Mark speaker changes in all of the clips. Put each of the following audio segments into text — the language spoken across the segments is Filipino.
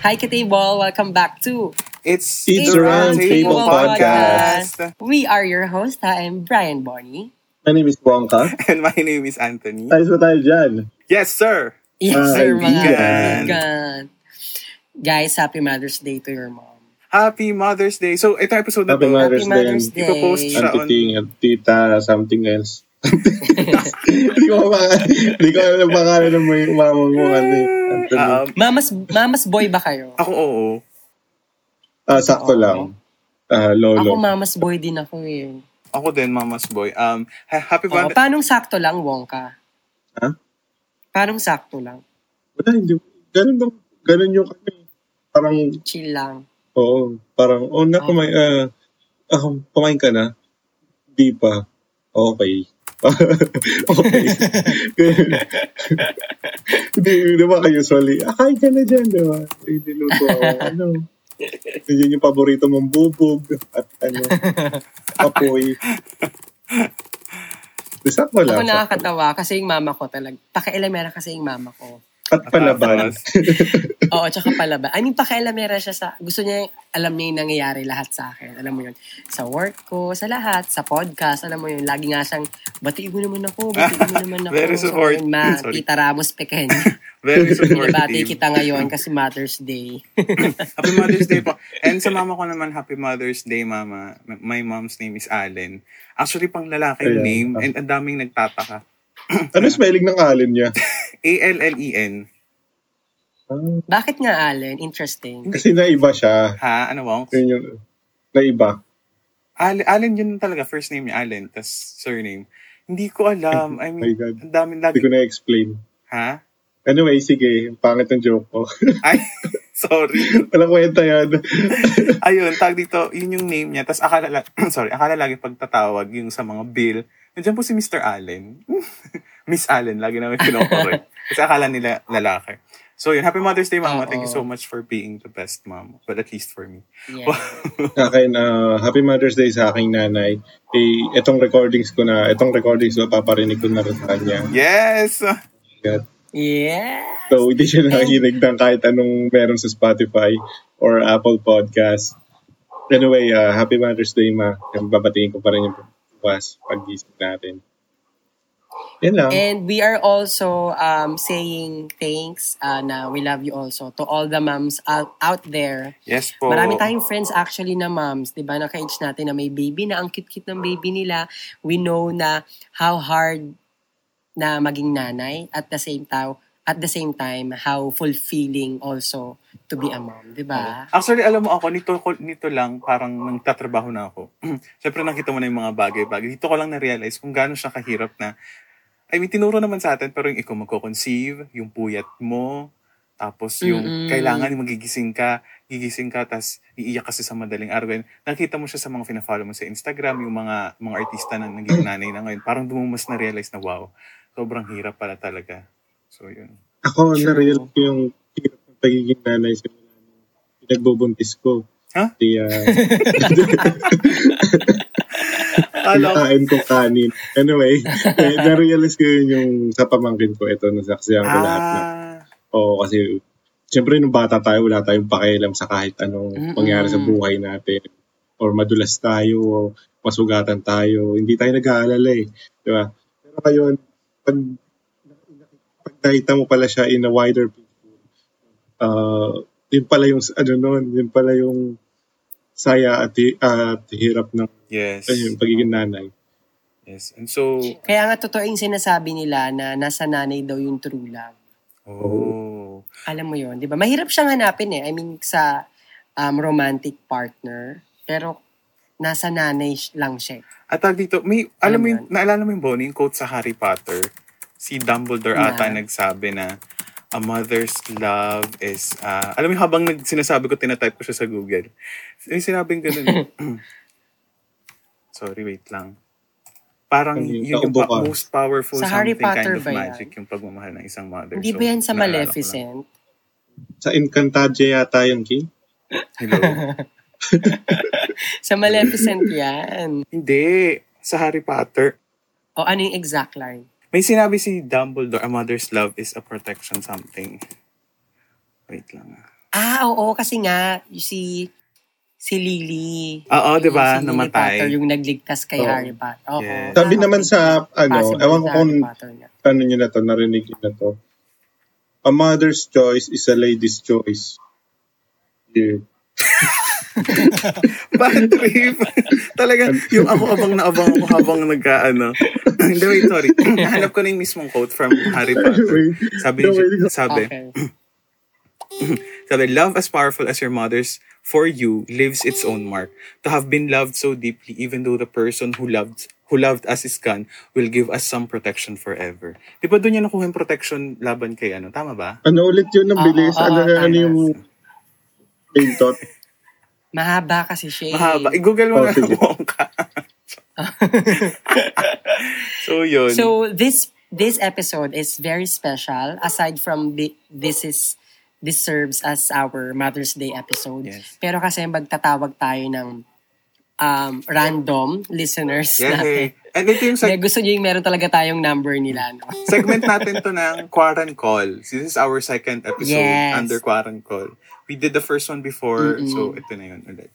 Speaker 1: Hi, Katable! Welcome back to
Speaker 2: It's
Speaker 3: It's the Round Table Podcast.
Speaker 1: We are your host. I am Brian Bonnie.
Speaker 3: My name is Wongka.
Speaker 2: And my name is Anthony.
Speaker 3: Ayos ba tayo dyan?
Speaker 2: Yes, sir.
Speaker 1: Yes,
Speaker 3: Hi,
Speaker 1: sir, mga
Speaker 3: vegan.
Speaker 1: vegan. Guys, happy Mother's Day to your mom.
Speaker 2: Happy Mother's Day. So, ito episode na to.
Speaker 3: Happy Mother's
Speaker 1: happy Mother's
Speaker 3: Day.
Speaker 1: Day.
Speaker 2: Ipopost siya.
Speaker 3: Auntie Ting, at Tita, something else. Hindi ko ma- Hindi ko alam ang pangalan ng may mama mo. Ano, eh. Anthony.
Speaker 1: Ah,
Speaker 2: Um,
Speaker 1: Mamas, mamas boy ba kayo?
Speaker 2: ako, oo.
Speaker 3: Ah, sakto lang. Ah,
Speaker 1: Ako,
Speaker 3: lolo.
Speaker 1: mamas boy din ako eh.
Speaker 2: Ako din, mama's boy. Um, ha- happy
Speaker 1: Oo,
Speaker 2: Valentine's
Speaker 1: paanong sakto lang, Wongka?
Speaker 3: Ha?
Speaker 1: Paanong sakto lang?
Speaker 3: Wala, hindi. Ganun, daw- ganun yung kami. Parang,
Speaker 1: Chill lang.
Speaker 3: oo. parang, oh, na, kumain, ah, ah, kumain ka na? Di pa. Oh, Okay. okay. Ganun. Hindi, di ba kayo soli? Ah, kain ka na dyan, di ba? Eh, niluto ako. Ano? Yun yung paborito mong bubog at ano, apoy. Basta wala.
Speaker 1: Ako
Speaker 3: ka.
Speaker 1: nakakatawa kasi yung mama ko talaga. Pakailamera kasi yung mama ko.
Speaker 3: At palaban.
Speaker 1: Oo, tsaka palaba. I mean, pakialamera siya sa, gusto niya, yung- alam niya yung nangyayari lahat sa akin. Alam mo yun, sa work ko, sa lahat, sa podcast, alam mo yun, lagi nga siyang, batiin mo naman ako, batiin mo naman ako.
Speaker 2: Very
Speaker 1: So,
Speaker 2: support-
Speaker 1: yun, ma,
Speaker 2: Sorry.
Speaker 1: Tita Ramos Pequeño.
Speaker 2: Very
Speaker 1: Binabati
Speaker 2: supportive.
Speaker 1: kita ngayon kasi Mother's Day.
Speaker 2: happy Mother's Day po. And sa mama ko naman, happy Mother's Day, mama. M- My mom's name is Allen. Actually, pang lalaki yung
Speaker 3: Ayan.
Speaker 2: name. And ang daming nagtataka.
Speaker 3: ano spelling ng alin niya?
Speaker 2: A-L-L-E-N.
Speaker 3: Ah,
Speaker 1: Bakit nga, Allen? Interesting.
Speaker 3: kasi naiba siya.
Speaker 2: Ha? Ano, Wong?
Speaker 3: Yun yung, naiba.
Speaker 2: Allen, Allen yun talaga. First name niya, Allen. Tapos surname. Hindi ko alam. I
Speaker 3: Oh My
Speaker 2: mean,
Speaker 3: God.
Speaker 2: ang daming
Speaker 3: Hindi
Speaker 2: lagi.
Speaker 3: ko na-explain.
Speaker 2: Ha?
Speaker 3: Anyway, sige. Pangit ng joke ko.
Speaker 2: Ay, sorry.
Speaker 3: Walang kwenta yan.
Speaker 2: Ayun, tag dito, yun yung name niya. Tapos akala, la- sorry, akala lagi pagtatawag yung sa mga bill. Nandiyan po si Mr. Allen. Miss Allen, lagi namin kinokorek. Kasi akala nila lalaki. So yun, Happy Mother's Day, Mama.
Speaker 1: Oo.
Speaker 2: Thank you so much for being the best, Mama. Well, at least for me.
Speaker 1: Yeah.
Speaker 3: sa akin, ah, Happy Mother's Day sa aking nanay. Eh, itong recordings ko na, itong recordings na paparinig ko na rin sa kanya.
Speaker 2: Yes!
Speaker 3: God.
Speaker 1: Yeah.
Speaker 3: So, hindi siya nakikinig ng kahit anong meron sa Spotify or Apple Podcast. Anyway, ah, Happy Mother's Day, ma. Babatingin ko pa rin yung bukas pag-gising natin. Yan lang.
Speaker 1: And we are also um, saying thanks uh, na we love you also to all the moms out, out there
Speaker 2: Yes po.
Speaker 1: Marami tayong friends actually na moms, 'di ba? Naka-age natin na may baby na ang cute-cute ng baby nila. We know na how hard na maging nanay at the same time at the same time how fulfilling also to be a mom, 'di ba?
Speaker 2: Actually, alam mo ako, nito, ko- nito lang parang nagtatrabaho na ako. Siyempre, nakita mo na yung mga bagay-bagay. Dito ko lang na-realize kung gaano siya kahirap na, I mean, tinuro naman sa atin, pero yung ikaw magko-conceive, yung puyat mo, tapos yung
Speaker 1: Mm-mm.
Speaker 2: kailangan magigising ka, gigising ka, tapos iiyak kasi sa madaling araw. And nakita mo siya sa mga fina-follow mo sa Instagram, yung mga mga artista na naging nanay na ngayon. Parang dumumas na-realize na, wow, sobrang hirap pala talaga. So, yun.
Speaker 3: Ako,
Speaker 1: True.
Speaker 3: na-real ko yung hirap ng pagiging nanay sa pinagbubuntis ko. uh,
Speaker 2: Huh?
Speaker 3: Kaya,
Speaker 2: Hello.
Speaker 3: kinakain ko kanin. Anyway, eh, na-realize ko yun yung sa pamangkin ko. Ito, nasaksihan ko lahat na.
Speaker 2: Ah,
Speaker 3: Oo, kasi siyempre nung bata tayo, wala tayong pakialam sa kahit anong
Speaker 1: Mm-mm.
Speaker 3: mangyari sa buhay natin. Or madulas tayo, o masugatan tayo. Hindi tayo nag-aalala eh. Di ba? Pero ngayon, pag, pag nakita mo pala siya in a wider picture, ah, yun pala yung, ano nun, yun pala yung saya at, hi- at hirap ng
Speaker 2: yes.
Speaker 3: ayun, pagiging nanay.
Speaker 2: Yes. And so,
Speaker 1: Kaya nga totoo yung sinasabi nila na nasa nanay daw yung true love.
Speaker 2: Oh.
Speaker 1: alam mo yon 'di ba? Mahirap siyang hanapin eh. I mean sa um, romantic partner, pero nasa nanay sh- lang siya.
Speaker 2: At tawag dito, may, alam mo
Speaker 1: Ano
Speaker 2: yung, naalala mo yung Bonnie, yung quote sa Harry Potter, si Dumbledore
Speaker 1: Na?
Speaker 2: ata nagsabi na, a mother's love is, ah, alam mo yung habang nag, sinasabi ko, tinatype ko siya sa Google. May sinabing ganun. Sorry, wait lang. Parang
Speaker 3: Ano yun?
Speaker 2: yun yung pa-
Speaker 3: Naubo ka.
Speaker 2: most powerful
Speaker 1: Sa Harry
Speaker 2: something kind
Speaker 1: Potter
Speaker 2: of
Speaker 1: ba yan?
Speaker 2: magic, yung pagmamahal ng isang mother.
Speaker 1: Hindi
Speaker 2: So,
Speaker 1: ba yan sa
Speaker 2: naalala ko lang.
Speaker 1: Maleficent?
Speaker 3: Sa Encantadia yata yun, King.
Speaker 2: Hello?
Speaker 1: Sa Maleficent yan.
Speaker 2: Hindi. Sa Harry Potter.
Speaker 1: O ano yung exact line?
Speaker 2: May sinabi si Dumbledore, a mother's love is a protection something. Wait lang. ah.
Speaker 1: Ah, oo, kasi nga, si, si Lily.
Speaker 2: Oo, di
Speaker 1: Yung si
Speaker 2: ba?
Speaker 1: Lily
Speaker 2: Namatay.
Speaker 1: Potter, yung nagligtas kay
Speaker 3: Oo.
Speaker 1: Harry Potter. Oo.
Speaker 2: Yes.
Speaker 3: Sabi
Speaker 1: Ah,
Speaker 3: naman
Speaker 1: okay.
Speaker 3: sa, ano,
Speaker 1: Possible
Speaker 3: ewan ko
Speaker 1: sa
Speaker 3: kung
Speaker 1: Harry Potter niya.
Speaker 3: ano nyo na to, narinig nyo na to. A mother's choice is a lady's choice. Yeah.
Speaker 2: Bad trip. Talaga, yung ako abang na abang ako habang nagka, ano. Hindi, wait, sorry. Nahanap ko na yung mismong quote from Harry Potter. Sabi, niya- sabi,
Speaker 1: Okay.
Speaker 2: sabi, love as powerful as your mother's for you leaves its own mark. To have been loved so deeply, even though the person who loved who loved us is gone, will give us some protection forever. Di ba doon niya nakuha yung protection laban kay ano? Tama ba?
Speaker 3: Ano ulit yun? Ang
Speaker 1: Oo,
Speaker 3: bilis.
Speaker 1: oo,
Speaker 3: ano,
Speaker 1: tama.
Speaker 3: ano yung main thought?
Speaker 1: Mahaba kasi siya. eh.
Speaker 2: Mahaba. I-google mo
Speaker 3: Oh,
Speaker 2: na
Speaker 3: sige.
Speaker 2: lang ka. so, yun.
Speaker 1: So this this episode is very special. Aside from the, this is this serves as our Mother's Day episode.
Speaker 2: Yes.
Speaker 1: Pero kasi magtatawag tayo ng um, random listeners natin.
Speaker 2: Yay! And ito yung
Speaker 1: Kaya
Speaker 2: seg-
Speaker 1: gusto niyo yung meron talaga tayong number nila. No?
Speaker 2: segment natin to ng Quaran Call. This is our second episode
Speaker 1: Yes.
Speaker 2: under Quaran Call. We did the first one before,
Speaker 1: Mm-mm.
Speaker 2: so ito na yun ulit.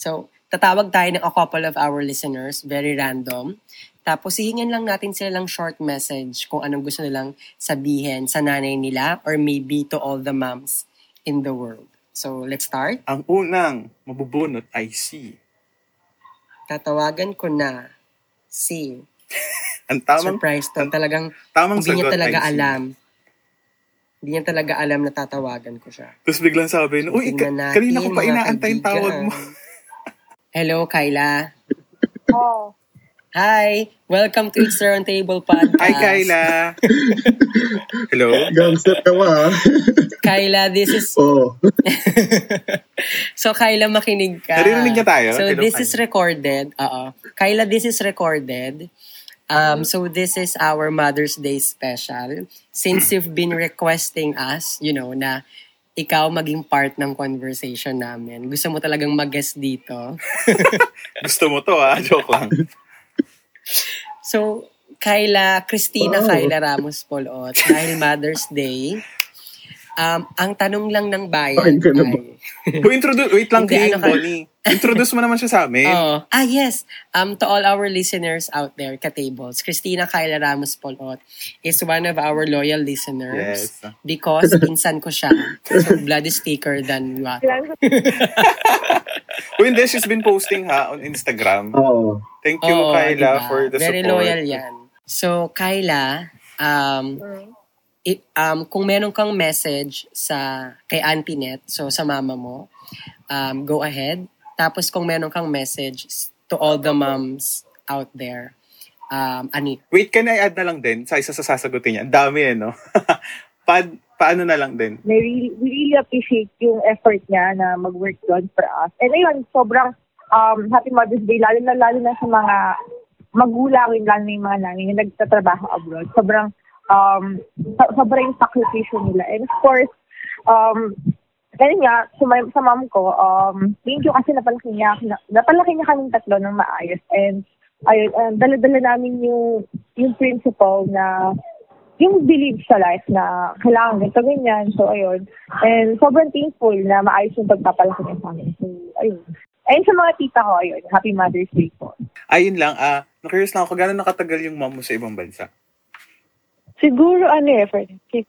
Speaker 1: So, tatawag tayo ng a couple of our listeners, very random. Tapos, hihingan lang natin sila ng short message kung anong gusto nilang sabihin sa nanay nila or maybe to all the moms in the world. So, let's start.
Speaker 2: Ang unang mabubunot ay si...
Speaker 1: Tatawagan ko na si...
Speaker 2: Ang tamang,
Speaker 1: Surprise to. Talagang
Speaker 2: tamang
Speaker 1: hindi niya
Speaker 2: sagot
Speaker 1: talaga
Speaker 2: ay si.
Speaker 1: alam. Hindi niya talaga alam na tatawagan ko siya.
Speaker 2: Tapos biglang sabi, niya, uy,
Speaker 1: Tingnan
Speaker 2: ka- kanina ko pa
Speaker 1: mga
Speaker 2: inaantay yung tawag mo.
Speaker 1: kaibigan. Hello, Kyla.
Speaker 4: Oh,
Speaker 1: Hi! Welcome to It's Round Table Podcast.
Speaker 2: Hi, Kyla! Hello?
Speaker 3: Gangster ka ba? ah?
Speaker 1: Kyla, this is
Speaker 2: Oh.
Speaker 3: Oo.
Speaker 1: So, Kyla, makinig ka.
Speaker 2: Naririnig niya tayo?
Speaker 1: So,
Speaker 2: Hello,
Speaker 1: this is
Speaker 2: Kyla.
Speaker 1: recorded. Oo. Kyla, this is recorded. Um, so, this is our Mother's Day special. Since you've been requesting us, you know, na ikaw maging part ng conversation namin. Gusto mo talagang mag-guest dito.
Speaker 2: Gusto mo to, ah? Joke lang.
Speaker 1: So, Kyla, Christina
Speaker 3: Wow.
Speaker 1: Kyla Ramos Polot, dahil Mother's Day, um, ang tanong lang ng bayan
Speaker 3: Kain ka na ba?
Speaker 1: ay-
Speaker 2: Who introduce, wait lang,
Speaker 1: Hindi,
Speaker 2: Kay,
Speaker 1: ano ka-
Speaker 2: Bonnie. Introduce mo naman siya sa amin.
Speaker 1: Oh. Ah, yes. Um, to all our listeners out there, Katables, Christina Kyla Ramos Polot is one of our loyal listeners.
Speaker 2: Yes.
Speaker 1: Because pinsan ko siya. So, blood is thicker than water.
Speaker 4: ilan sa
Speaker 2: Uy, hindi, she's been posting, ha, on Instagram.
Speaker 3: Oo.
Speaker 2: Thank you,
Speaker 1: Oo,
Speaker 2: Kyla,
Speaker 1: diba?
Speaker 2: for the
Speaker 1: Very
Speaker 2: support.
Speaker 1: loyal yan. So, Kyla, um, i- um, kung meron kang message sa kay Auntie Net, so sa mama mo, um, go ahead. Tapos kung meron kang message to all the moms out there, um, ano
Speaker 2: Wait, can I add na lang din sa isa sa sasagutin niya? Ang dami eh, no? pa paano na lang din?
Speaker 4: They really, we really appreciate yung effort niya na mag-work doon for us. And ayun, sobrang um, happy Mother's Day, lalo na lalo na sa mga magulang, yung lalo na yung mga nanay na nagtatrabaho abroad. Sobrang, um, so- sobrang yung sacrifice nila. And of course, um, ganun nga, sa, ma- sa mom ko, um, thank you kasi napalaki niya, na- napalaki niya kaming tatlo ng maayos. And ayun, um, dala-dala namin yung, yung principle na yung belief sa life na kailangan ganito, ganyan. So, ayun. And sobrang thankful na maayos yung pagpapalaki niya sa amin. So, ayun. Ayun sa mga tita ko, ayun. Happy Mother's Day po.
Speaker 2: Ayun lang, ah, na-curious lang ako, gano'n nakatagal yung mom mo sa ibang bansa?
Speaker 5: Siguro ano eh, for six,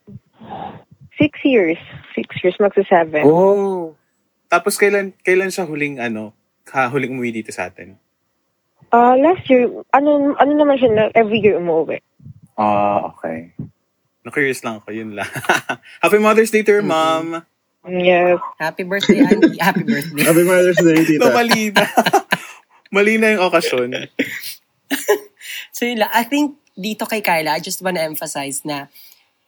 Speaker 5: six years. Six years, magsa-seven.
Speaker 2: Oh! Tapos kailan, kailan siya huling, ano, ha, huling umuwi dito sa atin?
Speaker 5: Ah, last year, ano, ano naman siya na every year umuwi.
Speaker 2: Ah, okay. Na-curious lang ako, yun lang. Happy Mother's Day to your mom!
Speaker 5: Yes.
Speaker 1: Happy birthday, Andy. Happy birthday.
Speaker 3: Happy Mother's Day, tita.
Speaker 2: No, mali na. mali na yung okasyon.
Speaker 1: So yun lang. I think dito kay Kyla, I just wanna emphasize na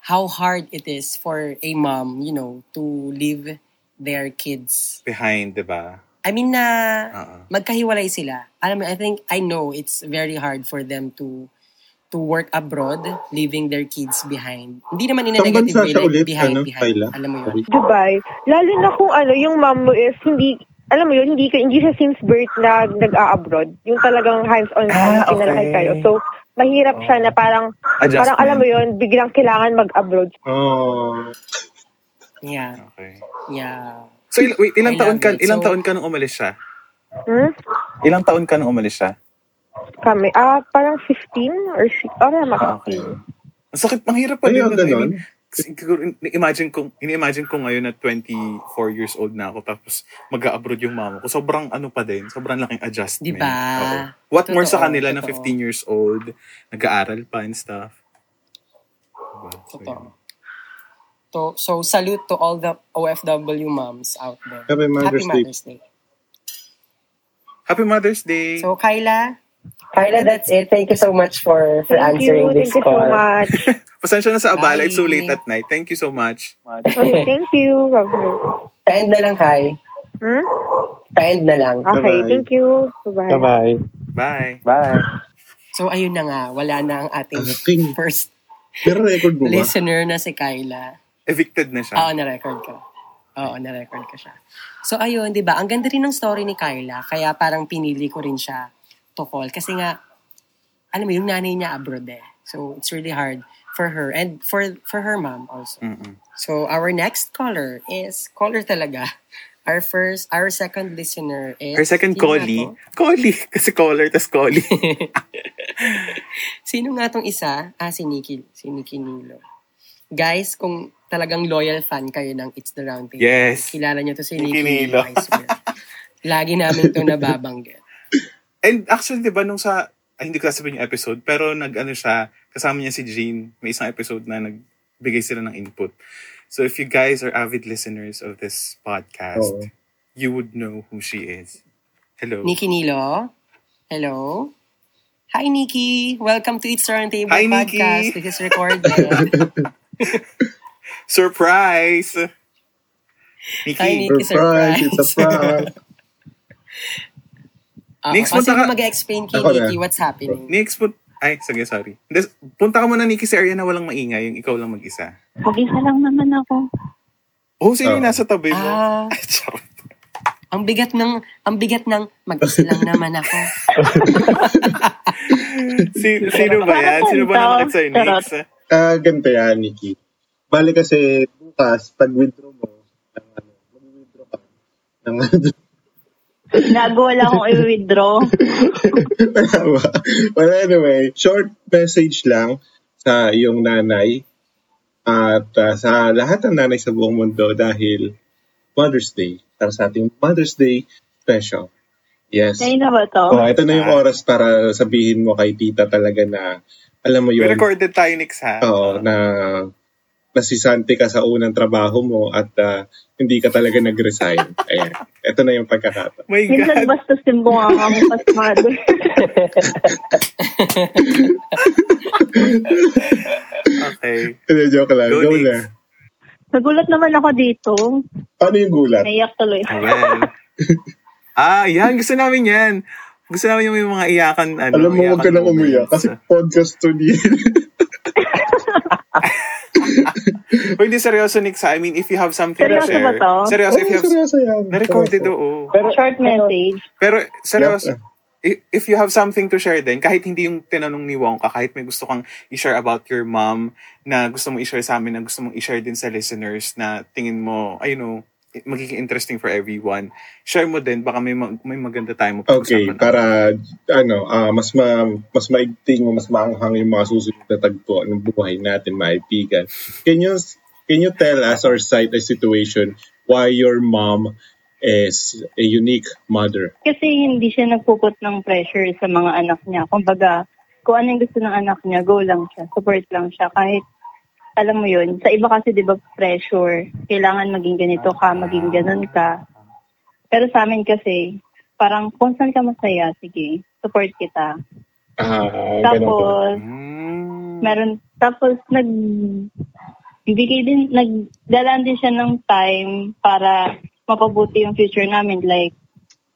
Speaker 1: how hard it is for a mom, you know, to leave their kids.
Speaker 2: Behind, diba? di ba?
Speaker 1: I mean na
Speaker 3: Uh-uh.
Speaker 2: Oo.
Speaker 1: magkahiwalay sila. Alam mo, I think, I know it's very hard for them to to work abroad, leaving their kids behind. Hindi naman in a
Speaker 3: Saan
Speaker 1: negative
Speaker 3: bansa
Speaker 1: way,
Speaker 3: siya
Speaker 1: like
Speaker 3: ulit,
Speaker 1: behind,
Speaker 3: ano,
Speaker 1: behind.
Speaker 3: Kyla?
Speaker 1: Alam mo yun.
Speaker 3: Sorry.
Speaker 5: Dubai. Lalo na kung ano, yung mom mo is hindi, alam mo yun, hindi, ka- hindi siya since birth na nag-a-abroad. Yung talagang hands-on
Speaker 2: Ah,
Speaker 5: na pinalaki
Speaker 2: okay.
Speaker 5: kayo. So, mahirap siya na parang, parang alam mo yun, biglang kailangan mag-abroad.
Speaker 3: Oh.
Speaker 1: Yeah.
Speaker 2: Okay.
Speaker 1: Yeah.
Speaker 2: So, il- wait, ilang
Speaker 1: I
Speaker 2: taon
Speaker 1: love
Speaker 2: ka,
Speaker 1: it.
Speaker 2: ilang
Speaker 1: So-
Speaker 2: taon ka nung umalis siya?
Speaker 5: Hmm?
Speaker 2: Ilang taon ka nung umalis siya?
Speaker 5: Kami. Ah, parang 15 or 6. Oh, na
Speaker 2: Ah, okay. Ang sakit, ang hirap pa
Speaker 3: Ay,
Speaker 2: din.
Speaker 3: ang
Speaker 2: nun. I
Speaker 3: ganon.
Speaker 2: mean, siguro, imagine ko, ini-imagine ko ngayon na 24 years old na ako tapos mag-abroad yung mama ko. Sobrang ano pa din, sobrang laking
Speaker 1: Di
Speaker 2: adjustment.
Speaker 1: ba?
Speaker 2: Oo. What more
Speaker 1: Diba?
Speaker 2: sa
Speaker 1: Totoo,
Speaker 2: kanila na
Speaker 1: totoo.
Speaker 2: 15 years old, nag-aaral pa and stuff. Diba? So,
Speaker 1: Totoo. To, so, salute to all the OFW moms out there.
Speaker 3: Happy Mother's Day.
Speaker 1: Mother's Day.
Speaker 2: Happy Mother's Day!
Speaker 1: So, Kyla,
Speaker 6: Kyla, that's it. Thank you so much for, for
Speaker 5: Thank you.
Speaker 6: answering this
Speaker 5: Thank you so
Speaker 6: call.
Speaker 5: much.
Speaker 2: Pasensya na sa abala.
Speaker 1: Bye.
Speaker 2: It's so late at night. Thank you so much.
Speaker 5: Okay, thank you.
Speaker 6: Kain na lang, Kai.
Speaker 5: Hmm?
Speaker 6: Kain na lang.
Speaker 5: Okay,
Speaker 3: Bye-bye.
Speaker 5: thank you. Bye-bye.
Speaker 7: Bye-bye.
Speaker 2: Bye.
Speaker 7: Bye.
Speaker 1: so ayun na nga, wala na ang ating
Speaker 3: Aking.
Speaker 1: first
Speaker 3: Pero record mo ba?
Speaker 1: listener na si Kyla.
Speaker 2: Evicted na siya.
Speaker 1: Oo, na-record ka. Oo, na-record ka siya. So, ayun, di ba? Ang ganda rin ng story ni Kyla. Kaya parang pinili ko rin siya to call. Kasi nga, alam mo, yung nanay niya abroad eh. So, it's really hard for her and for for her mom also.
Speaker 2: Mm-mm.
Speaker 1: So, our next caller is, caller talaga, our first, our second listener is...
Speaker 2: Her second
Speaker 1: sino nga
Speaker 2: collie.
Speaker 1: to?
Speaker 2: Collie. Kasi caller, tas collie.
Speaker 1: Sino nga tong isa? Ah, si Nikki, si Nikki Nilo. Guys, kung talagang loyal fan kayo ng It's the Round Table,
Speaker 2: Yes.
Speaker 1: kilala niyo to si
Speaker 2: Nikki
Speaker 1: Nikki
Speaker 2: Nilo.
Speaker 1: Nilo, I swear. Lagi namin to nababanggit.
Speaker 2: And actually, di ba, nung sa, ay, hindi ko sasabihin yung episode, pero nag-ano siya, kasama niya si Jean, may isang episode na nagbigay sila ng input. So if you guys are avid listeners of this podcast,
Speaker 3: Oo.
Speaker 2: you would know who she is. Hello.
Speaker 1: Nikki Nilo, hello. Hi, Nikki. Welcome to It's the Round Table
Speaker 2: Hi, Nikki.
Speaker 1: podcast. This is recorded.
Speaker 2: Surprise! Nikki.
Speaker 1: Hi, Nikki.
Speaker 3: Surprise! It's a prank!
Speaker 1: Next
Speaker 2: Next
Speaker 1: oh,
Speaker 2: punta
Speaker 1: sino
Speaker 2: ka-
Speaker 1: mag-explain kay
Speaker 3: Ako na.
Speaker 1: Nikki what's happening?
Speaker 2: Next po, ay, sige, sorry. Des, punta ka muna, Nikki, sa area na walang maingay, yung ikaw lang mag-isa.
Speaker 8: Mag-isa lang naman ako.
Speaker 2: Oh, sino yung
Speaker 3: Oo.
Speaker 2: nasa tabi mo?
Speaker 1: Ah,
Speaker 2: Ay, charot.
Speaker 1: ang bigat ng, ang bigat ng, mag-isa lang naman ako.
Speaker 2: Si, sino ba yan? Sino ba
Speaker 8: Parang
Speaker 2: namakit sa'yo,
Speaker 8: ganito.
Speaker 2: Nix?
Speaker 3: Ah, ganito yan, Nikki. Bali kasi, bukas, pag-withdraw mo, ng ano, mag-withdraw ka. Ng ano,
Speaker 8: Gago, wala akong i-withdraw.
Speaker 3: wala ba? Well, anyway, short message lang sa iyong nanay at ah, sa lahat ng nanay sa buong mundo dahil Mother's Day. Para sa ating Mother's Day special. Yes.
Speaker 8: Sa'yo na ba to?
Speaker 3: Oh, ito na yung
Speaker 2: Ah.
Speaker 3: oras para sabihin mo kay tita talaga na alam mo
Speaker 2: May
Speaker 3: yun,
Speaker 2: recorded tayo, Nix, ha?
Speaker 3: Oo, na nasisante ka sa unang trabaho mo at ah, hindi ka talaga nag-resign. Ayan. Ito na yung pagkakataon.
Speaker 2: My
Speaker 8: Minsan
Speaker 2: God.
Speaker 8: basta simbong ako ang pasmado.
Speaker 2: Okay.
Speaker 3: Hindi, joke lang.
Speaker 2: Go,
Speaker 3: Go,
Speaker 2: Nix.
Speaker 3: na.
Speaker 8: Nagulat naman ako dito.
Speaker 3: Paano yung gulat?
Speaker 8: Naiyak tuloy.
Speaker 2: Well. ah, yan. Gusto namin yan. Gusto namin yung may mga iyakan. Ano,
Speaker 3: Alam mo, huwag
Speaker 2: iyakan
Speaker 3: ka nang umiyak
Speaker 2: moments.
Speaker 3: kasi podcast to ni...
Speaker 2: Uy, di seryoso, Nix. ha? I mean, if you have something
Speaker 8: Seryoso
Speaker 2: to share.
Speaker 8: ba to?
Speaker 2: Seryoso, if
Speaker 3: Oo,
Speaker 2: you have...
Speaker 3: seryoso yan.
Speaker 2: Na-recorded,
Speaker 3: Seryoso.
Speaker 2: oo.
Speaker 7: Pero,
Speaker 8: Short message.
Speaker 2: Pero, seryoso.
Speaker 3: Yep.
Speaker 2: i- If you have something to share din, kahit hindi yung tinanong ni Wongka, kahit may gusto kang i-share about your mom, na gusto mong i-share sa amin, na gusto mong i-share din sa listeners, na tingin mo, I know, magiging interesting for everyone. Share mo din, baka may, mag- may maganda tayo
Speaker 3: Okay,
Speaker 2: mapag-usapan.
Speaker 3: para ano, ah, mas ma, mas maigting, mas maanghang yung mga susunod na tagpo ng buhay natin, maibigan. Can you can you tell us or cite a situation why your mom is a unique mother?
Speaker 8: Kasi hindi siya nagpuput ng pressure sa mga anak niya. Kumbaga, kung ano yung gusto ng anak niya, go lang siya. Support lang siya. Kahit, alam mo yun, sa iba kasi di ba pressure. Kailangan maging ganito ka, maging ganun ka. Pero sa amin kasi, parang kung saan ka masaya, sige, support kita.
Speaker 3: Ah, ganun ba?
Speaker 8: Tapos,
Speaker 2: Mm.
Speaker 8: meron tapos nag bibigay din nagdalaan din siya ng time para mapabuti yung future namin like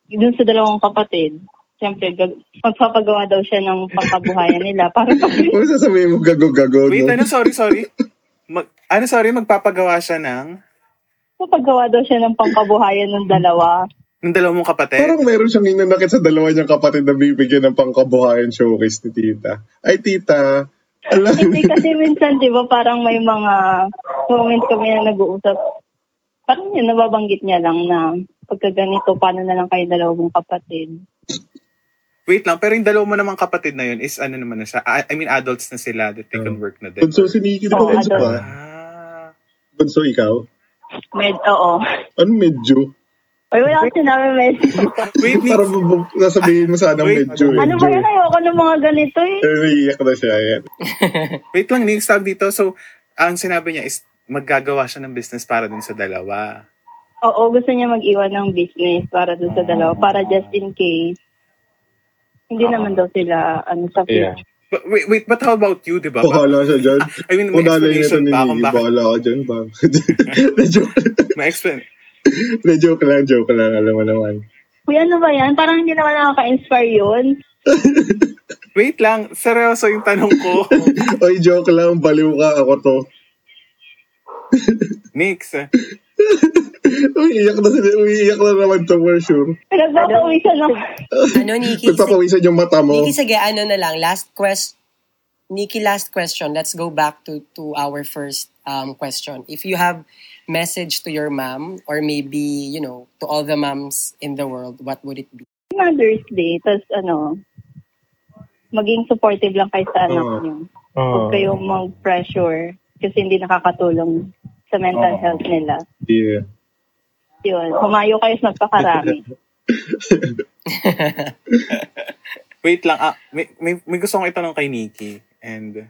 Speaker 8: dun sa dalawang kapatid Siyempre, gag- magpapagawa daw siya ng pangkabuhayan nila. Para pag
Speaker 3: Kung sasabihin mo gago-gago,
Speaker 2: Wait,
Speaker 3: no?
Speaker 2: ano, sorry, sorry. Mag, ano, sorry, magpapagawa siya ng,
Speaker 8: magpapagawa daw siya ng pangkabuhayan ng dalawa.
Speaker 2: ng dalawang mong kapatid.
Speaker 3: Parang meron siyang inanakit sa dalawa niyang kapatid na bibigyan ng pangkabuhayan showcase ni tita. Ay, tita, alam
Speaker 8: Hindi kasi minsan, di ba, parang may mga moments kami na nag-uusap. parang yun, nababanggit niya lang na pagka ganito, paano na lang kayo dalawa mong kapatid.
Speaker 2: Wait lang, pero yung dalawa mo namang kapatid na yun is ano naman na siya. I, I mean, adults na sila that they can
Speaker 3: Oh.
Speaker 2: work na din.
Speaker 3: Bunso si Nikki, di ba
Speaker 8: Oo, ano?
Speaker 3: bunso
Speaker 8: adult.
Speaker 3: ka?
Speaker 2: Ah.
Speaker 3: Bunso ikaw?
Speaker 8: Med, oo.
Speaker 3: Ano medyo?
Speaker 8: Uy, wala akong sinabi, Med.
Speaker 2: Wait, Nick.
Speaker 3: Para bubog- nasabihin mo sana
Speaker 2: Wait,
Speaker 3: medyo.
Speaker 8: ano ba
Speaker 3: medyo.
Speaker 8: yun? Ayoko ng mga ganito eh.
Speaker 3: Eh, naiiyak na siya. Ayan.
Speaker 2: Wait lang, Nick, stop dito. So, ang sinabi niya is maggagawa siya ng business para dun sa dalawa.
Speaker 8: Oo, gusto niya mag-iwan ng business para dun sa dalawa, para just in case. Hindi naman daw sila ano sa
Speaker 3: Yeah.
Speaker 8: future.
Speaker 2: But, wait, wait, but how about you, di ba?
Speaker 3: Pakala siya dyan.
Speaker 2: I mean, may
Speaker 3: Unalay niya ito
Speaker 2: explanation
Speaker 3: ni
Speaker 2: ba kung
Speaker 3: Nikki.
Speaker 2: bakit?
Speaker 3: Pakala ka dyan. Bang. Na-joke
Speaker 2: May explanation.
Speaker 3: na-joke lang, joke lang. Alam mo naman.
Speaker 8: Kuya, ano ba yan? Parang hindi naman nakaka-inspire yun.
Speaker 2: Wait lang, seryoso yung tanong ko.
Speaker 3: Oy, joke lang. Baliw ka. Ako to.
Speaker 2: Nick,
Speaker 3: umiiyak na sila. Umiiyak na naman to for sure.
Speaker 8: Pinagpapawisan naman.
Speaker 1: Ano, Nikki? Sige,
Speaker 3: Nagpapawisan yung mata mo.
Speaker 1: Nikki, sige, ano na lang. Last quest. Nikki, last question. Let's go back to, to our first um, question. If you have message to your mom or maybe, you know, to all the moms in the world, what would
Speaker 2: Uh,
Speaker 1: it be?
Speaker 8: Mother's Day, tapos ano, maging supportive lang kayo sa anak
Speaker 3: Oo.
Speaker 8: niyo. Huwag kayong mag-pressure kasi hindi nakakatulong sa mental
Speaker 3: Oo.
Speaker 8: health nila.
Speaker 3: Yeah.
Speaker 8: Yun, humayo kayo sa magpakarami.
Speaker 2: wait lang. Ah, may, may, may gusto kong itanong kay Nikki. And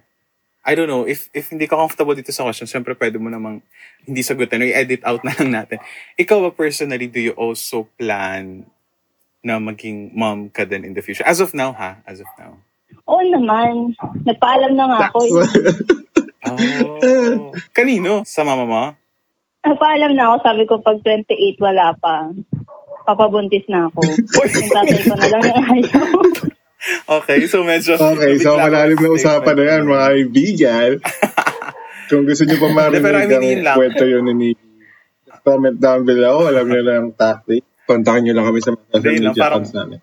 Speaker 2: I don't know, if if hindi ka comfortable dito sa question, syempre pwede mo namang hindi sagutin. I-edit out na lang natin. Ikaw ba personally, do you also plan na maging mom ka din in the future? As of now, ha? As of now.
Speaker 8: Oo naman, nagpaalam na nga ako. eh.
Speaker 2: Oh. Kanino? Sa mama mo?
Speaker 8: Nagpaalam na ako, sabi ko pag 28 wala pa, papabuntis na ako. Yung tatay ko na lang yung ayaw.
Speaker 2: Okay, so medyo...
Speaker 3: Okay, so
Speaker 2: bigla-
Speaker 3: malalim na usapan na yan, mga kaibigan. Kung gusto nyo pa
Speaker 2: Pero I
Speaker 3: marinig
Speaker 2: mean, yun
Speaker 3: ang
Speaker 2: lang.
Speaker 3: kwento yun ni Nikki, comment down below. Alam nyo na ang tactic. Kontakin nyo lang kami sa mga social
Speaker 2: Hindi, yun lang,
Speaker 3: media
Speaker 2: parang-
Speaker 3: accounts namin.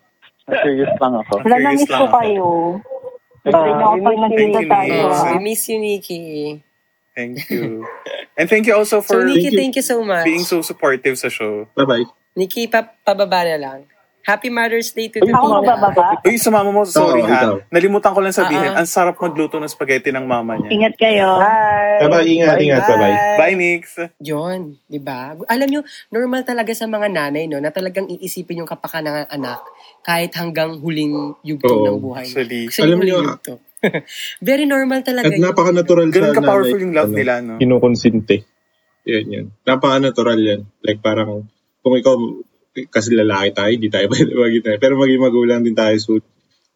Speaker 7: Curious lang ako.
Speaker 2: Ang curious
Speaker 8: Nanamiss
Speaker 2: lang
Speaker 8: ko
Speaker 2: ako.
Speaker 8: kayo.
Speaker 7: Thank you.
Speaker 8: Hindi ako pag nagkita
Speaker 2: Thank you,
Speaker 8: tayo.
Speaker 2: Nick.
Speaker 8: ah.
Speaker 1: Oh, we miss you, Nikki.
Speaker 2: Thank you. And thank you also
Speaker 1: So,
Speaker 2: for
Speaker 1: Nikki,
Speaker 3: Thank you.
Speaker 1: thank you so much.
Speaker 2: being so supportive sa show.
Speaker 3: Bye-bye.
Speaker 1: Nikki, pa pababa na lang. Happy Mother's Day to the
Speaker 8: Ako mabababa.
Speaker 2: Uy, sa mama mo, sorry
Speaker 3: Oo, ikaw.
Speaker 2: ha. Nalimutan ko lang sabihin,
Speaker 1: Ah, ah.
Speaker 2: ang sarap magluto ng spaghetti ng mama niya.
Speaker 8: Ingat kayo.
Speaker 3: Bye-bye. Ingat, ingat. Bye-bye.
Speaker 2: Bye, Nix.
Speaker 1: Yun, di ba? Alam nyo, normal talaga sa mga nanay, no, na talagang iisipin yung kapakanan ng anak kahit hanggang huling yugto
Speaker 3: Oo.
Speaker 1: ng buhay.
Speaker 2: Actually,
Speaker 1: Actually,
Speaker 3: Alam
Speaker 1: huling
Speaker 3: nyo,
Speaker 1: yugto. Very normal talaga
Speaker 3: At
Speaker 1: yun.
Speaker 3: napaka-natural sa
Speaker 2: ganun ka-powerful
Speaker 3: nanay,
Speaker 2: yung love
Speaker 3: ano,
Speaker 2: nila, no?
Speaker 3: Kinukonsinte. Yun, yun. Napaka-natural yan. Like parang, kung ikaw, kasi lalaki tayo, hindi tayo pwede maging tayo. Pero maging magulang din tayo soon.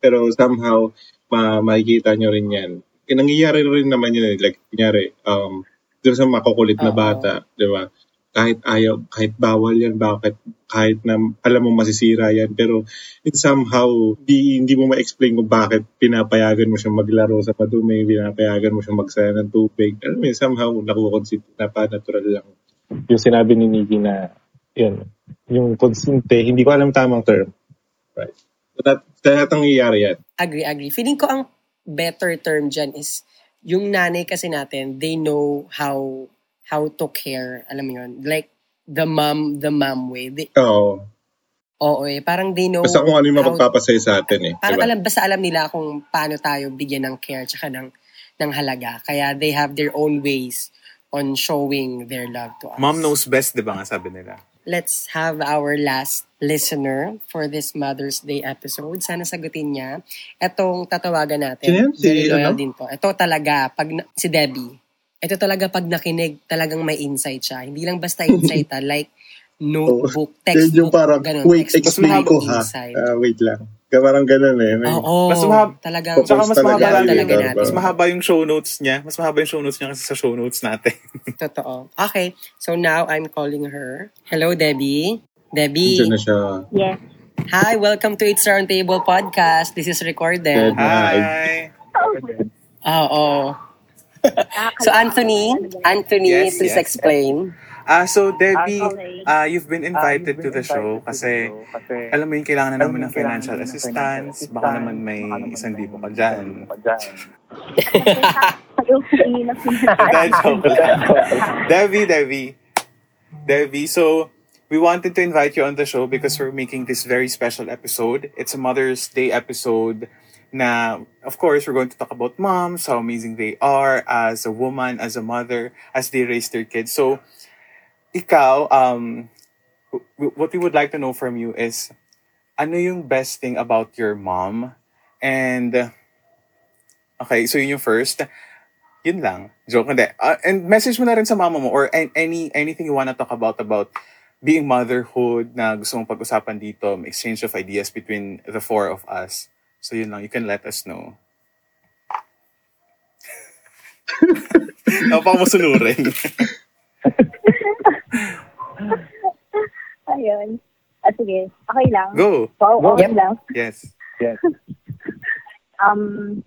Speaker 3: Pero somehow, ma makikita nyo rin yan. Eh, Nangyayari rin naman yun. eh. Like, kunyari, um, dun sa makukulit
Speaker 1: Oo.
Speaker 3: na bata, di ba? Kahit ayaw, kahit bawal yan, bakit, kahit na alam mo masisira yan, pero it somehow, di, hindi mo ma-explain kung bakit pinapayagan mo siyang maglaro sa padumi, pinapayagan mo siyang magsaya ng tubig. Alam mo yun, somehow, nakukonsit, napaka-natural lang.
Speaker 7: Yung sinabi ni Nikki na, yun, yung konsinte, hindi ko alam tamang term.
Speaker 3: Right? So, that, lahat nangyayari yan.
Speaker 1: Agree, agree. Feeling ko ang better term dyan is yung nanay kasi natin, they know how how to care. Alam mo yun? Like, the mom, the mom way. They,
Speaker 3: Oo.
Speaker 1: oo eh, parang they know
Speaker 3: Basta kung ano yung
Speaker 1: how
Speaker 3: mapagpapasaya sa atin eh.
Speaker 1: parang
Speaker 3: Diba?
Speaker 1: alam basta alam nila kung paano tayo bigyan ng care tsaka ng ng halaga. Kaya they have their own ways on showing their love to us.
Speaker 2: Mom knows best, di ba nga sabi nila?
Speaker 1: Let's have our last listener for this Mother's Day episode. Sana sagutin niya. Etong tatawagan natin.
Speaker 3: Sino yan? Si
Speaker 1: Very loyal
Speaker 3: ano?
Speaker 1: din to. Ito talaga, pag na- si Debbie. Ito talaga pag nakinig, talagang may insight siya. Hindi lang basta insight ah, like notebook,
Speaker 3: Oh, Yun yung
Speaker 1: textbook,
Speaker 3: parang,
Speaker 1: ganun.
Speaker 3: wait,
Speaker 1: textbook type
Speaker 3: explain ko ha.
Speaker 1: insight.
Speaker 3: Ah, wait lang. Kaya parang ganun eh. May,
Speaker 1: Oo.
Speaker 2: Mas mahab-
Speaker 1: Talagang
Speaker 2: Tsaka
Speaker 3: Focus
Speaker 2: mas
Speaker 3: talaga eh, diba?
Speaker 2: mahaba
Speaker 1: alam
Speaker 2: lang
Speaker 3: kayo,
Speaker 2: yun.
Speaker 1: talaga
Speaker 3: no?
Speaker 1: natin.
Speaker 2: Mas mahaba yung show notes niya. Mas mahaba yung show notes niya kasi sa show notes natin.
Speaker 1: Totoo. Okay. So now I'm calling her. Hello, Debbie.
Speaker 3: Nandiyan
Speaker 1: Debbie.
Speaker 3: na siya.
Speaker 8: Yes.
Speaker 1: Hi, welcome to It's Roundtable Podcast. This is
Speaker 3: Dead
Speaker 1: recorded.
Speaker 3: na.
Speaker 2: Hi!
Speaker 1: Oo. So Anthony, Anthony,
Speaker 2: Yes,
Speaker 1: please
Speaker 2: yes.
Speaker 1: explain.
Speaker 2: Ah, so Debbie,
Speaker 8: Okay.
Speaker 2: ah, you've been
Speaker 7: Ah,
Speaker 2: invited
Speaker 7: you've
Speaker 2: to
Speaker 7: been
Speaker 2: the show
Speaker 7: invited to the
Speaker 2: kasi
Speaker 7: show kasi
Speaker 2: alam mo yung kailangan na
Speaker 7: alam mo
Speaker 2: naman
Speaker 7: yung
Speaker 2: ng
Speaker 7: kailangan
Speaker 2: financial
Speaker 7: namin ng financial
Speaker 2: assistance. Baka
Speaker 7: assistance,
Speaker 2: naman
Speaker 7: baka
Speaker 2: may
Speaker 7: naman
Speaker 2: isang
Speaker 7: may
Speaker 2: libo ka
Speaker 7: isang libo
Speaker 2: dyan.
Speaker 7: ka dyan.
Speaker 8: Nagpunta kayo sa inyo na
Speaker 2: Hindi, joke lang. Debbie, Debbie. Devi. So, we wanted to invite you on the show because we're making this very special episode. It's a Mother's Day episode. Na, of course, we're going to talk about moms, how amazing they are as a woman, as a mother, as they raise their kids. So, ikaw, um, w- w- what we would like to know from you is, ano yung best thing about your mom? And, uh, okay, so yun yung first. Yun lang. Joke, hindi. Uh, and message mo na rin sa mama mo or an- any anything you wanna talk about about being motherhood na gusto mong pag-usapan dito, may exchange of ideas between the four of us. So yun lang, you can let us know. Napakamusunurin.
Speaker 4: Ayun. Ah, sige. Okay lang.
Speaker 2: Go!
Speaker 4: So, okay
Speaker 6: Yep.
Speaker 4: lang.
Speaker 2: Yes.
Speaker 4: Um,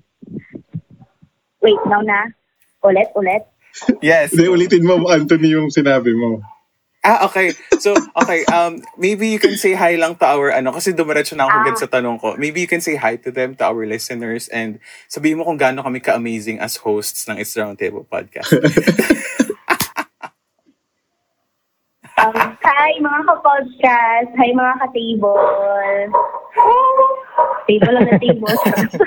Speaker 4: wait, now na. Ulit, ulit.
Speaker 2: Yes.
Speaker 3: Hindi, ulitin mo, Anthony, yung sinabi mo.
Speaker 2: Ah, okay. So, okay. Um, maybe you can say hi lang to our, ano, kasi dumiretso na ako agad sa tanong ko. Maybe you can say hi to them, to our listeners, and sabihin mo kung gaano kami ka-amazing as hosts ng It's Roundtable Podcast.
Speaker 4: Um, hi, mga ka-podcast. Hi, mga ka-table. Table lang na table. Kasi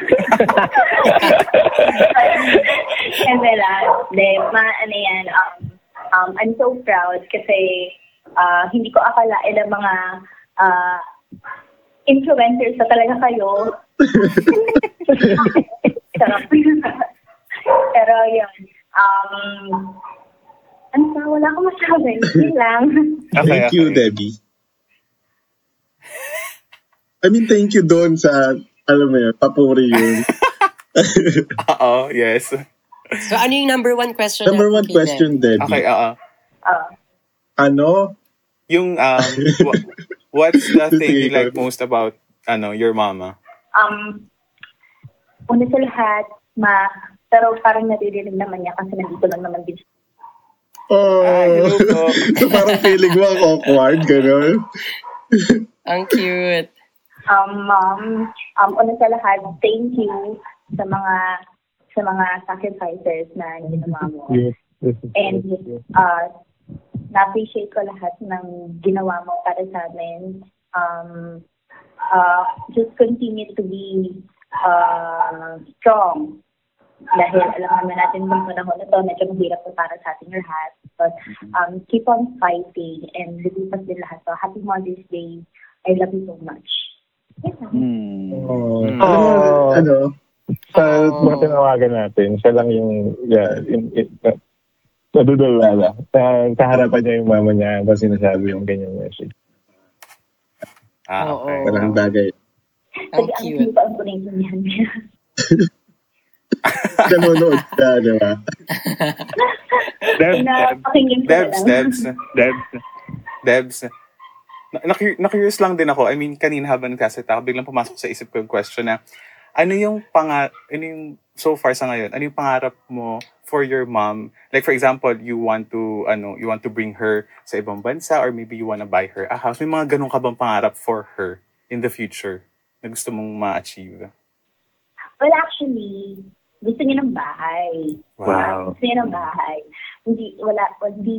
Speaker 4: lang. Hindi, mga ah, ano yan. Um, um, I'm so proud kasi ah, hindi ko akalain ang mga ah, influencers na talaga kayo. Sarap. Pero yun. Um, ano ba? Wala akong masabi. Yun lang.
Speaker 2: Okay,
Speaker 3: thank you,
Speaker 2: okay.
Speaker 3: Debbie. I mean, thank you doon sa, alam mo yun, papuri yun.
Speaker 2: Oo, yes.
Speaker 1: So, ano yung number one question?
Speaker 3: Number
Speaker 1: natin
Speaker 3: one
Speaker 1: kay
Speaker 3: question, Debbie.
Speaker 2: Okay, oo.
Speaker 4: Ah.
Speaker 3: Ano?
Speaker 2: Yung, um, wha- what's the thing you
Speaker 3: Sige,
Speaker 2: like
Speaker 3: ikaw.
Speaker 2: most about, ano, your mama?
Speaker 4: um, una sa lahat, ma, pero parang naririnig naman niya kasi nandito lang naman din. siya.
Speaker 3: Oh.
Speaker 2: Ah, hello po.
Speaker 3: so parang feeling mo ang awkward, gano'n.
Speaker 1: Dev? Ang cute.
Speaker 4: Um, mom, um, una sa lahat, thank you sa mga sa mga sacrifices na ginawa mo.
Speaker 7: Yes, yes, yes,
Speaker 4: And
Speaker 7: yes, yes.
Speaker 4: uh, na-appreciate ko lahat ng ginawa mo para sa amin. Um, uh, just continue to be uh, strong. Dahil alam naman natin mga panahon na to, medyo mahirap na para sa ating lahat. But
Speaker 7: Mm-hmm.
Speaker 4: um, keep on fighting and lulipas din lahat to. Happy Mother's Day. I love you so much. Yes, ma'am.
Speaker 7: Oh,
Speaker 2: Mm.
Speaker 7: alam mo,
Speaker 6: Oh.
Speaker 3: Ano?
Speaker 7: sa
Speaker 1: Oh.
Speaker 7: mga tinawagan natin, siya lang yung, yeah, in, in, na- nadudulala. Sa, sa harapan niya yung mama niya, tapos sinasabi yung ganyan message.
Speaker 2: Ah, okay.
Speaker 1: Oo.
Speaker 3: Parang bagay.
Speaker 1: Ang
Speaker 4: Kasi ang
Speaker 1: cute.
Speaker 4: cute ang kunento niyan.
Speaker 3: Nanonood ka, di ba?
Speaker 7: Deb, Deb,
Speaker 4: Pinapakinggan ko na
Speaker 2: Debs,
Speaker 4: lang.
Speaker 2: Debs,
Speaker 7: Deb.
Speaker 2: Debs. Na- nacu- Na-curious lang din ako. I mean, kanina habang nagsasalita ako, biglang pumasok sa isip ko yung question na, ano yung panga ano yung so far sa ngayon ano yung pangarap mo for your mom like for example you want to ano you want to bring her sa ibang bansa or maybe you want to buy her a house may mga ganun ka bang pangarap for her in the future na gusto mong ma-achieve
Speaker 4: Well, actually, gusto niya ng bahay.
Speaker 2: Wow.
Speaker 4: Gusto niya ng bahay. Hindi, wala, hindi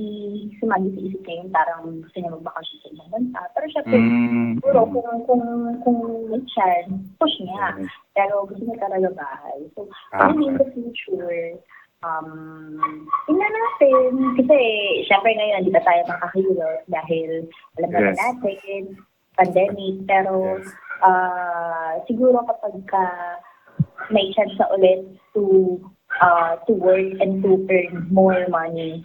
Speaker 4: sumagi sa isip niya yung parang gusto niya magbakasyon sa ibang bansa. Pero syempre,
Speaker 2: mm.
Speaker 4: siguro kung, kung, kung may chance, push niya.
Speaker 2: Mm.
Speaker 4: Pero gusto niya talaga bahay. So,
Speaker 2: Ah,
Speaker 4: maybe in the future, um, tingnan natin. Kasi, syempre ngayon, hindi pa tayo makakilos dahil alam naman
Speaker 7: Yes.
Speaker 4: natin, pandemic. Pero,
Speaker 2: Yes.
Speaker 4: ah, siguro kapag ka may chance na ulit to uh, to work and to earn more money,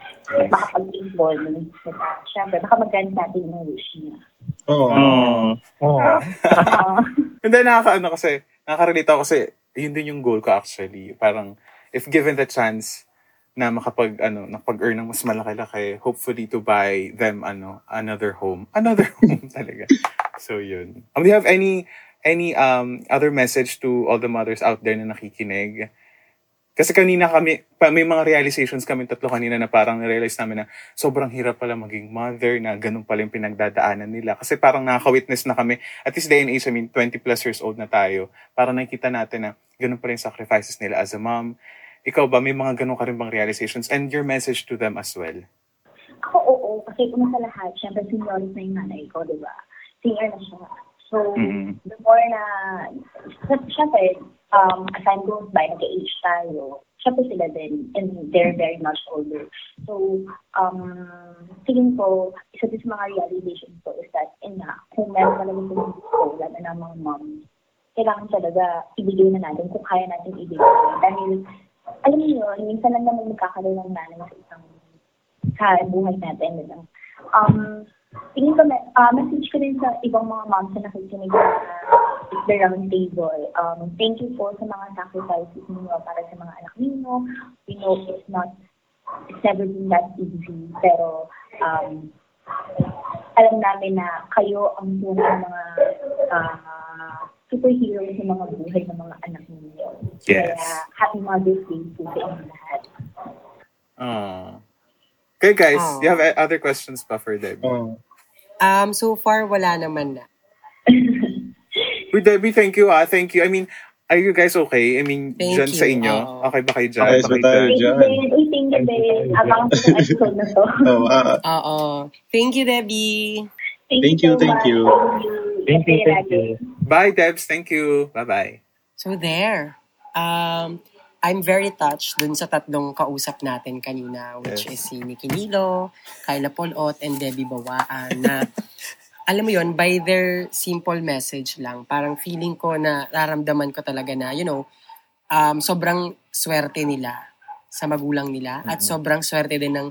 Speaker 4: makapag-involve. Diba? Siyempre, baka mag-grant natin yung wish niya.
Speaker 3: Oo.
Speaker 2: Oh.
Speaker 7: Oh,
Speaker 4: Ah,
Speaker 2: Hindi, nakakaano kasi, nakaka-relate ako kasi, yun din yung goal ko actually. Parang, if given the chance na makapag, ano, nakapag-earn ng mas malaki-laki, hopefully to buy them, ano, another home. Another home talaga. So, yun. Um, do you have any, any um, other message to all the mothers out there na nakikinig? Kasi kanina kami, pa, may mga realizations kami tatlo kanina na parang realize namin na sobrang hirap pala maging mother, na ganun pala yung pinagdadaanan nila. Kasi parang nakaka-witness na kami, at this day and age, I mean, 20 plus years old na tayo, parang nakikita natin na ganun pala yung sacrifices nila as a mom. Ikaw ba, may mga ganun ka rin bang realizations? And your message to them as well.
Speaker 4: Ako, oo. So, kasi una sa lahat, syempre seniorit na yung nanay ko, di ba? Singer na siya. So,
Speaker 2: Mm-mm.
Speaker 4: the more na, sy- syempre, um, as time goes by, nag-age tayo, syempre sila din, and they're very much older. So, um, tingin ko, isa din sa mga realization ko is that, yun nga, kung meron ka naman kung gusto, lalo na mga moms, kailangan talaga ibigay na natin kung kaya natin ibigay. Dahil, alam niyo yun, minsan lang naman magkakaroon ng nanay sa isang sa buhay natin. Ano. Um, tingin ko, me- ah, message ko rin sa ibang mga moms na nakikinig na it's the round table. Um, thank you po sa mga sacrifices ninyo para sa mga anak ninyo. We know it's not, it's never been that easy. Pero, um, alam namin na kayo ang tunay na mga ah, superhero sa mga buhay ng mga anak ninyo.
Speaker 2: Yes.
Speaker 4: Kaya, happy Mother's Day po sa inyo lahat.
Speaker 2: Aww. Ah. Okay, guys.
Speaker 1: Aw.
Speaker 2: You have uh, other questions pa for Debbie?
Speaker 3: Oh.
Speaker 1: Um, so far, wala naman na.
Speaker 3: Oh.
Speaker 2: Uy, Debbie, thank you ah. Thank you. I mean, are you guys okay? I mean,
Speaker 1: Thank
Speaker 2: dyan sa
Speaker 1: you,
Speaker 2: inyo?
Speaker 1: oo.
Speaker 2: Okay ba kayo dyan?
Speaker 3: Okay,
Speaker 2: Ba
Speaker 3: so
Speaker 2: kayo
Speaker 3: tayo
Speaker 2: dyan?
Speaker 3: Ayan.
Speaker 4: Thank you, Ben. Uy, thank you, Ben. Abangan ko yung episode na to.
Speaker 3: Oh, ah,
Speaker 1: Oo. Thank you, Debbie.
Speaker 4: Thank,
Speaker 3: Thank you,
Speaker 4: you so
Speaker 3: thank
Speaker 4: much.
Speaker 3: you.
Speaker 9: Thank you,
Speaker 4: Masaya
Speaker 9: thank
Speaker 4: lagi.
Speaker 9: you.
Speaker 2: Bye, Debs. Thank you. Bye-bye.
Speaker 1: So there. Um, I'm very touched dun sa tatlong kausap natin kanina, which
Speaker 2: Yes.
Speaker 1: is si Nikki Nilo, Kyla Polot, and Debbie Bawaan na, alam mo yon by their simple message lang, parang feeling ko na raramdaman ko talaga na, you know, um, sobrang swerte nila sa magulang nila at sobrang swerte din ng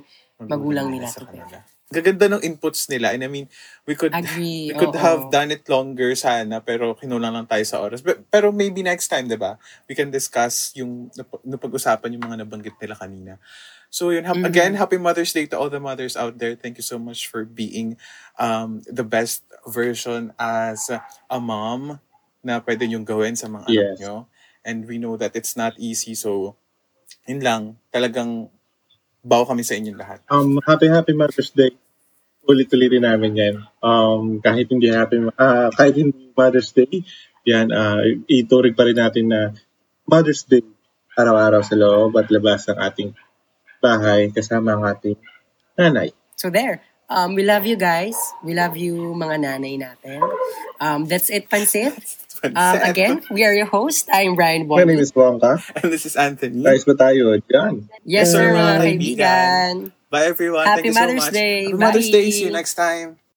Speaker 1: magulang nila
Speaker 2: Mm-hmm. sa
Speaker 1: to them.
Speaker 2: kanila. Gaganda ng inputs nila. And I mean, we could
Speaker 1: Agree,
Speaker 2: we could
Speaker 1: oo.
Speaker 2: have done it longer sana pero kinulang lang tayo sa oras. But, pero maybe next time, 'di ba? We can discuss yung nap- napag-usapan yung mga nabanggit nila kanina. So yun, hap- again,
Speaker 1: Mhm.
Speaker 2: happy Mother's Day to all the mothers out there. Thank you so much for being um, the best version as a mom na pwede yung gawin sa mga anak
Speaker 3: yes.
Speaker 2: nyo. And we know that it's not easy. So, yun lang. Talagang bawa kami sa inyong lahat.
Speaker 3: Um, happy, happy Mother's Day. Ulit-ulitin namin yan. Um, kahit hindi happy, ah, kahit hindi Mother's Day, yan, ah, ituring pa rin natin na Mother's Day araw-araw sa loob at labas ng ating bahay kasama ang ating nanay.
Speaker 1: So there. Um, we love you guys. We love you mga nanay natin. Um, that's it, Pansit. Um, again, we are your host. I'm Brian
Speaker 3: My name
Speaker 1: Bonnie.
Speaker 3: is Wongka.
Speaker 2: And this is Anthony.
Speaker 3: Guys ba tayo dyan?
Speaker 1: Yes,
Speaker 2: Yes, sir,
Speaker 1: sir,
Speaker 2: mga
Speaker 1: mga
Speaker 2: kaibigan.
Speaker 1: kaibigan.
Speaker 2: Bye, everyone. Thank
Speaker 1: Happy
Speaker 2: you so
Speaker 1: Mother's
Speaker 2: much.
Speaker 1: Day.
Speaker 2: Happy Mother's Day. See you
Speaker 1: Bye.
Speaker 2: next time.